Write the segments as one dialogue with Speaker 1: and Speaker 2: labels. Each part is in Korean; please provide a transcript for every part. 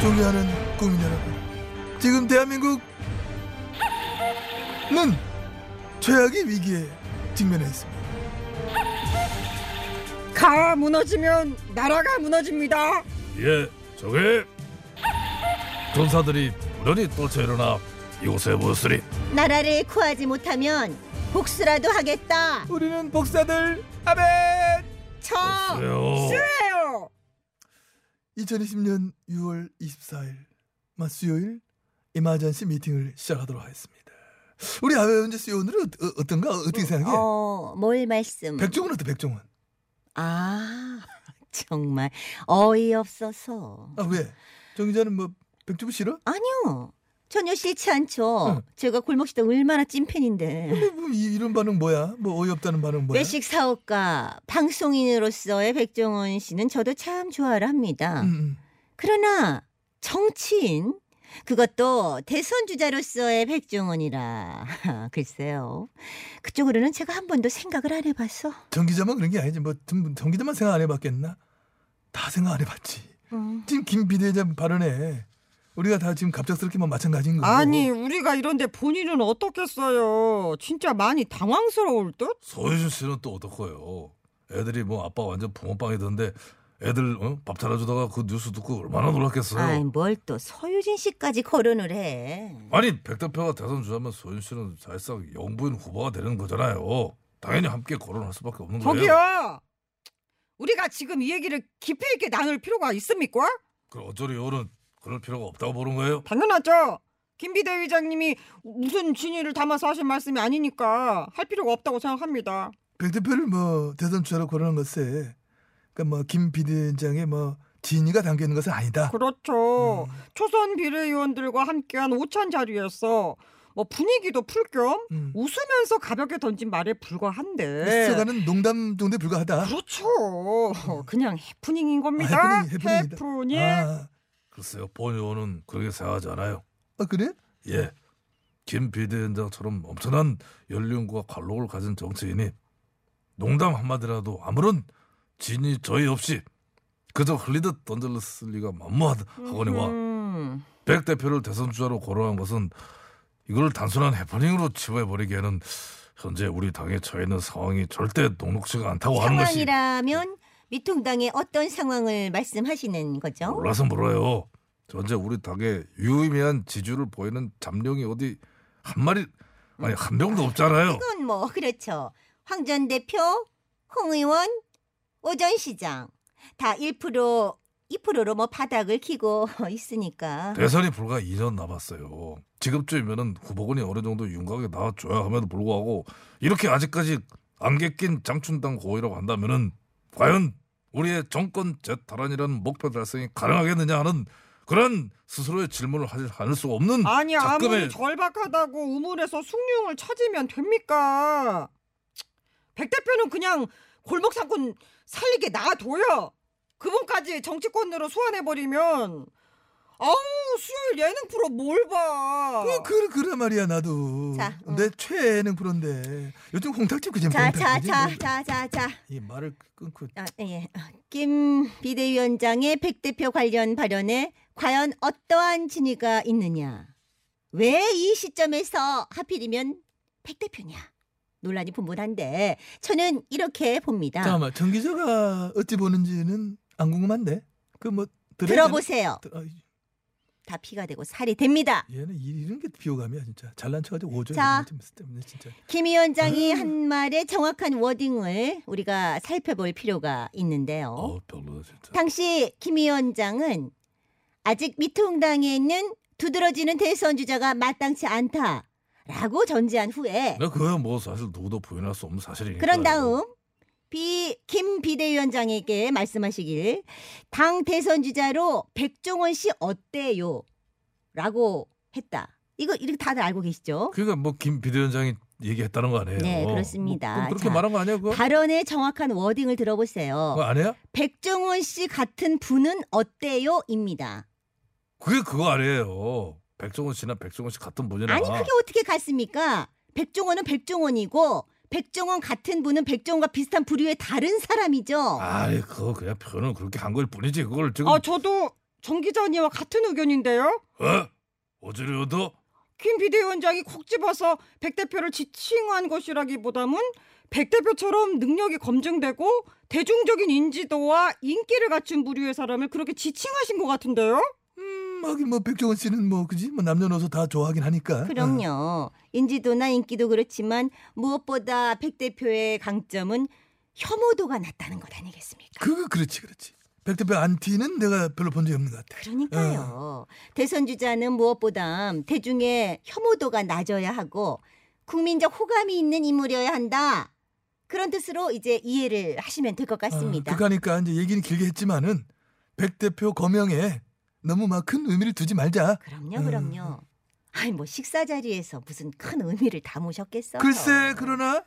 Speaker 1: 존경하는 국민 여러분, 지금 대한민국은 최악의 위기에 직면해 있습니다.
Speaker 2: 가가 무너지면 나라가 무너집니다.
Speaker 3: 예, 저게 전사들이 무련히 떨쳐 일어나 이곳에 모였으니
Speaker 4: 나라를 구하지 못하면 복수라도 하겠다.
Speaker 1: 우리는 복사들 아멘.
Speaker 2: 저
Speaker 3: 그래요.
Speaker 2: 해요.
Speaker 1: 2020년 6월 24일 마 수요일 이마전시 미팅을 시작하도록 하겠습니다. 우리 아베원재 씨 오늘은 어, 어, 어떤가 어떻게 생각해?
Speaker 4: 어, 뭘 말씀?
Speaker 1: 백종원 어때 백종원?
Speaker 4: 아, 정말 어이없어서.
Speaker 1: 아 왜? 정 기자는 뭐 백종원 싫어?
Speaker 4: 아니요. 전혀 싫지 않죠.
Speaker 1: 응.
Speaker 4: 제가 골목시당 얼마나 찐팬인데.
Speaker 1: 근데 뭐 이, 이런 반응 뭐야? 뭐 어이없다는 반응 뭐야?
Speaker 4: 외식 사업가, 방송인으로서의 백종원 씨는 저도 참 좋아를 합니다.
Speaker 1: 음, 음.
Speaker 4: 그러나 정치인 그것도 대선 주자로서의 백종원이라 글쎄요 그쪽으로는 제가 한 번도 생각을 안 해봐서
Speaker 1: 정 기자만 그런 게 아니지 뭐정 기자만 생각 안 해봤겠나? 다 생각 안 해봤지.
Speaker 4: 음.
Speaker 1: 지금 김 비대위원장 발언에 우리가 다 지금 갑작스럽게만 뭐 마찬가지인 거고.
Speaker 2: 아니 우리가 이런데 본인은 어떻겠어요? 진짜 많이 당황스러울 듯.
Speaker 3: 서유진 씨는 또 어떨까요? 애들이 뭐 아빠 완전 붕어빵이던데 애들 어? 밥 차려주다가 그 뉴스 듣고 얼마나 놀랐겠어요.
Speaker 4: 아이 뭘 또 서유진 씨까지 거론을 해
Speaker 3: 아니 백 대표가 대선 주자면 서윤 씨는 사실상 영부인 후보가 되는 거잖아요. 당연히 함께 거론할 수밖에 없는 거예요.
Speaker 2: 저기요. 우리가 지금 이 얘기를 깊이 있게 나눌 필요가 있습니까?
Speaker 3: 그럼 어쩌리 오는 그럴 필요가 없다고 보는 거예요?
Speaker 2: 당연하죠. 김비대위장님이 무슨 진위를 담아서 하신 말씀이 아니니까 할 필요가 없다고 생각합니다.
Speaker 1: 백 대표를 뭐 대선 주자로 거론한 것에 그러니까 뭐 김 비대위원장의 뭐 진위가 담겨 있는 것은 아니다.
Speaker 2: 그렇죠. 초선 비례위원들과 함께한 오찬 자리에서 뭐 분위기도 풀 겸
Speaker 1: 음.
Speaker 2: 웃으면서 가볍게 던진 말에
Speaker 4: 네.
Speaker 2: 불과한데.
Speaker 1: 쓰가는 농담 정도에 불과하다.
Speaker 2: 그렇죠. 그냥 해프닝인
Speaker 1: 음. 아,
Speaker 2: 겁니다.
Speaker 1: 해프닝, 해프닝이다.
Speaker 2: 해프닝.
Speaker 1: 아,
Speaker 3: 글쎄요 본 의원은 그렇게 생각하지 않아요.
Speaker 1: 아, 그래?
Speaker 3: 예. 김 비대위원장처럼 엄청난 연륜과 관록을 가진 정치인이 농담 한마디라도 아무런 진이 저희 없이 그저 흘리듯 던질렀을 리가
Speaker 1: 아.
Speaker 3: 만무하거니와
Speaker 4: 음,
Speaker 3: 백 대표를 대선 주자로 거론한 것은 이걸 단순한 해프닝으로 치부해버리기에는 현재 우리 당에 처해 있는 상황이 절대 녹록지가 않다고 뭐 하는 것이
Speaker 4: 상황이라면 미통당의 어떤 상황을 말씀하시는 거죠?
Speaker 3: 몰라서 몰라요. 현재 우리 당에 유의미한 지주를 보이는 잠룡이 어디 한 마리 아니 한 명도 없잖아요.
Speaker 4: 이건 뭐 그렇죠. 황 전 대표, 홍 의원, 오전 시장 다 1% 2%로 뭐 바닥을 키고 있으니까.
Speaker 3: 대선이 불과 2년 남았어요. 지금쯤이면은 후보군이 어느 정도 윤곽에 나와줘야 함에도 불구하고 이렇게 아직까지 안개 낀 장춘당 고의라고 한다면은 과연 우리의 정권 재탈환이라는 목표 달성이 가능하겠느냐 하는 그런 스스로의 질문을 하지 않을 수가 없는
Speaker 2: 아니 아무리
Speaker 3: 작금의
Speaker 2: 절박하다고 우물에서 숭늉을 찾으면 됩니까? 백 대표는 그냥 골목상권 살리게 놔둬요. 그분까지 정치권으로 소환해버리면 아우 수요일 예능 프로 뭘 봐?
Speaker 1: 어, 그, 그래 말이야 나도.
Speaker 4: 자, 어.
Speaker 1: 내 최애는 그런데 요즘 홍탁집 그지? 뭐
Speaker 4: 자자자자자자.
Speaker 1: 이 말을 끊고
Speaker 4: 아, 예. 김 비대위원장의 백 대표 관련 발언에 과연 어떠한 진위가 있느냐? 왜 이 시점에서 하필이면 백 대표냐? 논란이 분분한데 저는 이렇게 봅니다.
Speaker 1: 잠깐만 정 기자가 어찌 보는지는 안 궁금한데 그 뭐
Speaker 4: 들어보세요.
Speaker 1: 얘는
Speaker 4: 다 피가 되고 살이
Speaker 1: 아,
Speaker 4: 됩니다.
Speaker 1: 이- 이런 게 비호감이야 진짜 잘난 척하지 오죠.
Speaker 4: 자.
Speaker 1: 때문에 진짜.
Speaker 4: 김 위원장이 한 말의 정확한 워딩을 우리가 살펴볼 필요가 있는데요.
Speaker 3: 어 별로다 진짜.
Speaker 4: 당시 김 위원장은 아직 미통당에 있는 두드러지는 대선 주자가 마땅치 않다라고 전제한 후에
Speaker 3: 네. 근데 그야 뭐 사실 누구도 부인할 수 없는 사실이니까.
Speaker 4: 그런 다음 비, 김 비대위원장에게 말씀하시길 당 대선 주자로 백종원 씨 어때요? 라고 했다. 이거 이렇게 다들 알고 계시죠?
Speaker 3: 그러니까 뭐 김 비대위원장이 얘기했다는 거 아니에요?
Speaker 4: 네, 그렇습니다.
Speaker 3: 뭐, 그럼 그렇게
Speaker 4: 자,
Speaker 3: 말한 거 아니야 그거?
Speaker 4: 발언의 정확한 워딩을 들어보세요.
Speaker 3: 그거 아니야?
Speaker 4: 백종원 씨 같은 분은 어때요?입니다.
Speaker 3: 그게 그거 아니에요. 백종원 씨나 백종원 씨 같은 분이나
Speaker 4: 아니 그게 어떻게 같습니까? 백종원은 백종원이고 백종원 같은 분은 백종원과 비슷한 부류의 다른 사람이죠.
Speaker 3: 아니 그거 그냥 표현을 그렇게 한 거일 뿐이지 그걸 지금
Speaker 4: 어.
Speaker 2: 아 저도 정 기자님과 같은 의견인데요.
Speaker 3: 어? 어지러워도
Speaker 2: 김 비대위원장이 콕 집어서 백 대표를 지칭한 것이라기보다는 백 대표처럼 능력이 검증되고 대중적인 인지도와 인기를 갖춘 부류의 사람을 그렇게 지칭하신 것 같은데요.
Speaker 1: 음, 하긴 뭐 백종원 씨는 뭐 그지 뭐 남녀노소 다 좋아하긴 하니까. 어.
Speaker 4: 그럼요. 인지도나 인기도 그렇지만 무엇보다 백 대표의 강점은 혐오도가 낮다는 것 아니겠습니까?
Speaker 1: 그 그렇지 그렇지. 백 대표 안티는 내가 별로 본 적이 없는 것 같아.
Speaker 3: 어.
Speaker 4: 그러니까요. 대선 주자는 무엇보다 대중의 혐오도가 낮아야 하고 국민적 호감이 있는 인물이어야 한다. 그런 뜻으로 이제 이해를 하시면 될 것 같습니다.
Speaker 1: 아, 그러니까 이제 얘기는 길게 했지만은 백 대표 거명에 너무 막 큰 의미를 두지 말자.
Speaker 4: 그럼요,
Speaker 1: 음.
Speaker 4: 그럼요. 아니 뭐 식사 자리에서 무슨 큰 의미를 담으셨겠어요.
Speaker 1: 글쎄 그러나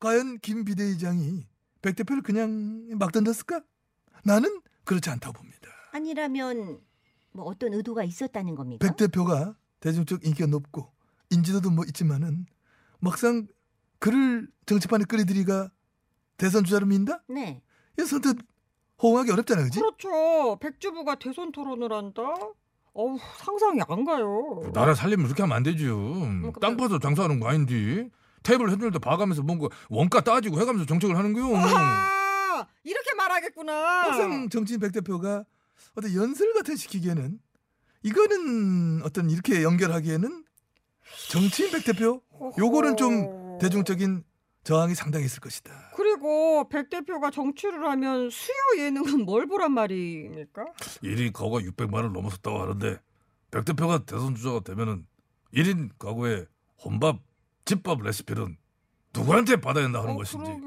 Speaker 1: 과연 김 비대위장이 백 대표를 그냥 막 던졌을까? 나는 그렇지 않다고 봅니다.
Speaker 4: 아니라면 뭐 어떤 의도가 있었다는 겁니까?
Speaker 1: 백 대표가 대중적 인기가 높고 인지도도 뭐 있지만은 막상 그를 정치판에 끌어들이가 대선 주자로 민다?
Speaker 4: 네.
Speaker 1: 이 선뜻 호응하기 어렵잖아, 그지?
Speaker 2: 그렇죠. 백주부가 대선 토론을 한다. 어우 상상이 안 가요.
Speaker 3: 나라 살림 그렇게 하면 안 되지.
Speaker 4: 그러니까
Speaker 3: 땅 파서 장사하는 거 아닌데. 테이블 해줄때 봐가면서 뭔가 원가 따지고 해가면서 정책을 하는 거요.
Speaker 2: 아 이렇게 말하겠구나.
Speaker 1: 항상 정치인 백 대표가 어떤 연설 같은 시키기에는 이거는 어떤 이렇게 연결하기에는 정치인 백 대표 요거는 좀 대중적인 저항이 상당했을 것이다.
Speaker 2: 그리고 백 대표가 정치를 하면 수요 예능은 뭘 보란 말입니까?
Speaker 3: 일인 가구가 600만 을 넘어섰다고 하는데 백 대표가 대선 주자가 되면은 일인 가구의 혼밥, 집밥 레시피는 누구한테 받아야 한다 하는
Speaker 2: 어,
Speaker 3: 것인지
Speaker 2: 그러게.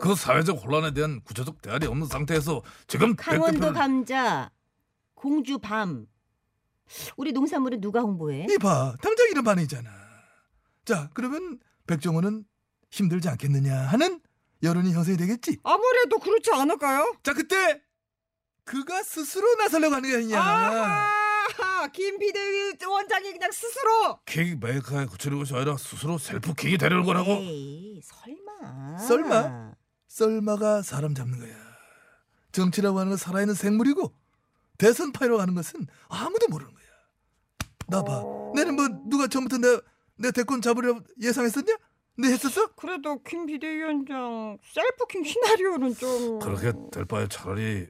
Speaker 3: 그 사회적 혼란에 대한 구체적 대안이 없는 상태에서 지금 백
Speaker 4: 강원도
Speaker 3: 대표를
Speaker 4: 감자, 공주 밤. 우리 농산물은 누가
Speaker 1: 뭐.
Speaker 4: 홍보해?
Speaker 1: 이봐 당장 이런 반응이잖아. 자 그러면 백종원은 힘들지 않겠느냐 하는 여론이 형성이 되겠지.
Speaker 4: 어?
Speaker 2: 아무래도 그렇지 않을까요?
Speaker 1: 자 그때 그가 스스로 나서려고 하는 게 아니냐.
Speaker 2: 아하! 김 비대위원장이 그냥 스스로
Speaker 3: 킥 메이커에 그치는 것이 아니라 스스로 셀프 킥이 되려는
Speaker 4: 어.
Speaker 3: 거라고.
Speaker 4: 에이, 설마.
Speaker 1: 설마? 썰마가 사람 잡는 거야. 정치라고 하는 건 살아있는 생물이고 대선 파이로 가는 것은 아무도 모르는 거야. 나 봐. 내는 뭐 누가 처음부터 내, 내 대권 잡으려 예상했었냐? 내 했었어?
Speaker 2: 그래도 김 비대위원장 셀프킹 시나리오는 좀
Speaker 3: 그렇게 될 바에 차라리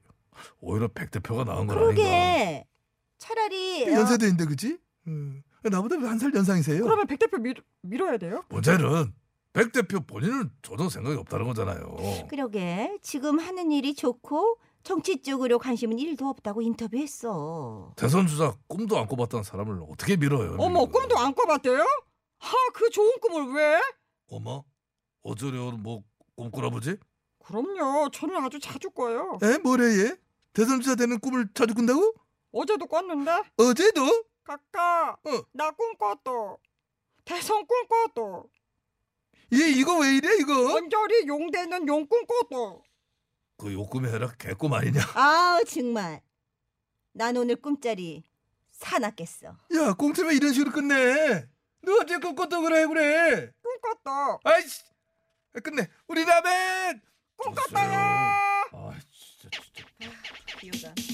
Speaker 3: 오히려 백 대표가 나은 건 아닌가.
Speaker 4: 그러게. 차라리 어,
Speaker 1: 연세대인데 그지? 음. 나보다 한 살 연상이세요.
Speaker 2: 그러면 백 대표 밀, 밀어야 돼요?
Speaker 3: 문제는 백 대표 본인은 전혀 생각이 없다는 거잖아요.
Speaker 4: 어, 그러게. 지금 하는 일이 좋고 정치 쪽으로 관심은 1도 없다고 인터뷰했어.
Speaker 3: 대선 주자 꿈도 안 꿔봤다는 사람을 어떻게 밀어요?
Speaker 2: 어머 뭐, 꿈도 안 꿔봤대요? 하그 좋은 꿈을 왜?
Speaker 3: 어머 어쩌려 뭐 꿈꾸나 보지?
Speaker 2: 그럼요 저는 아주 자주 꿔요
Speaker 1: 에 뭐래 얘? 대선 주자 되는 꿈을 자주 꾼다고?
Speaker 2: 어제도 꿨는데
Speaker 1: 어제도?
Speaker 2: 각각
Speaker 1: 어.
Speaker 2: 나 꿈꿨어 대선 꿈꿨어
Speaker 1: 얘 이거 왜 이래 이거?
Speaker 2: 언저리 용대는 용 꿈꿨어
Speaker 3: 그 욕꿈이 아니라 개꿈 아니냐?
Speaker 4: 아우 정말. 난 오늘 꿈자리 사놨겠어.
Speaker 1: 야 공트면 이런 식으로 끝내. 너 어제 꿈꿨다 그래 그래.
Speaker 2: 꿈꿨어
Speaker 1: 아이씨 끝내. 우리 라멘.
Speaker 3: 꿈꿨다요. 아 진짜 진짜.
Speaker 4: 비호감.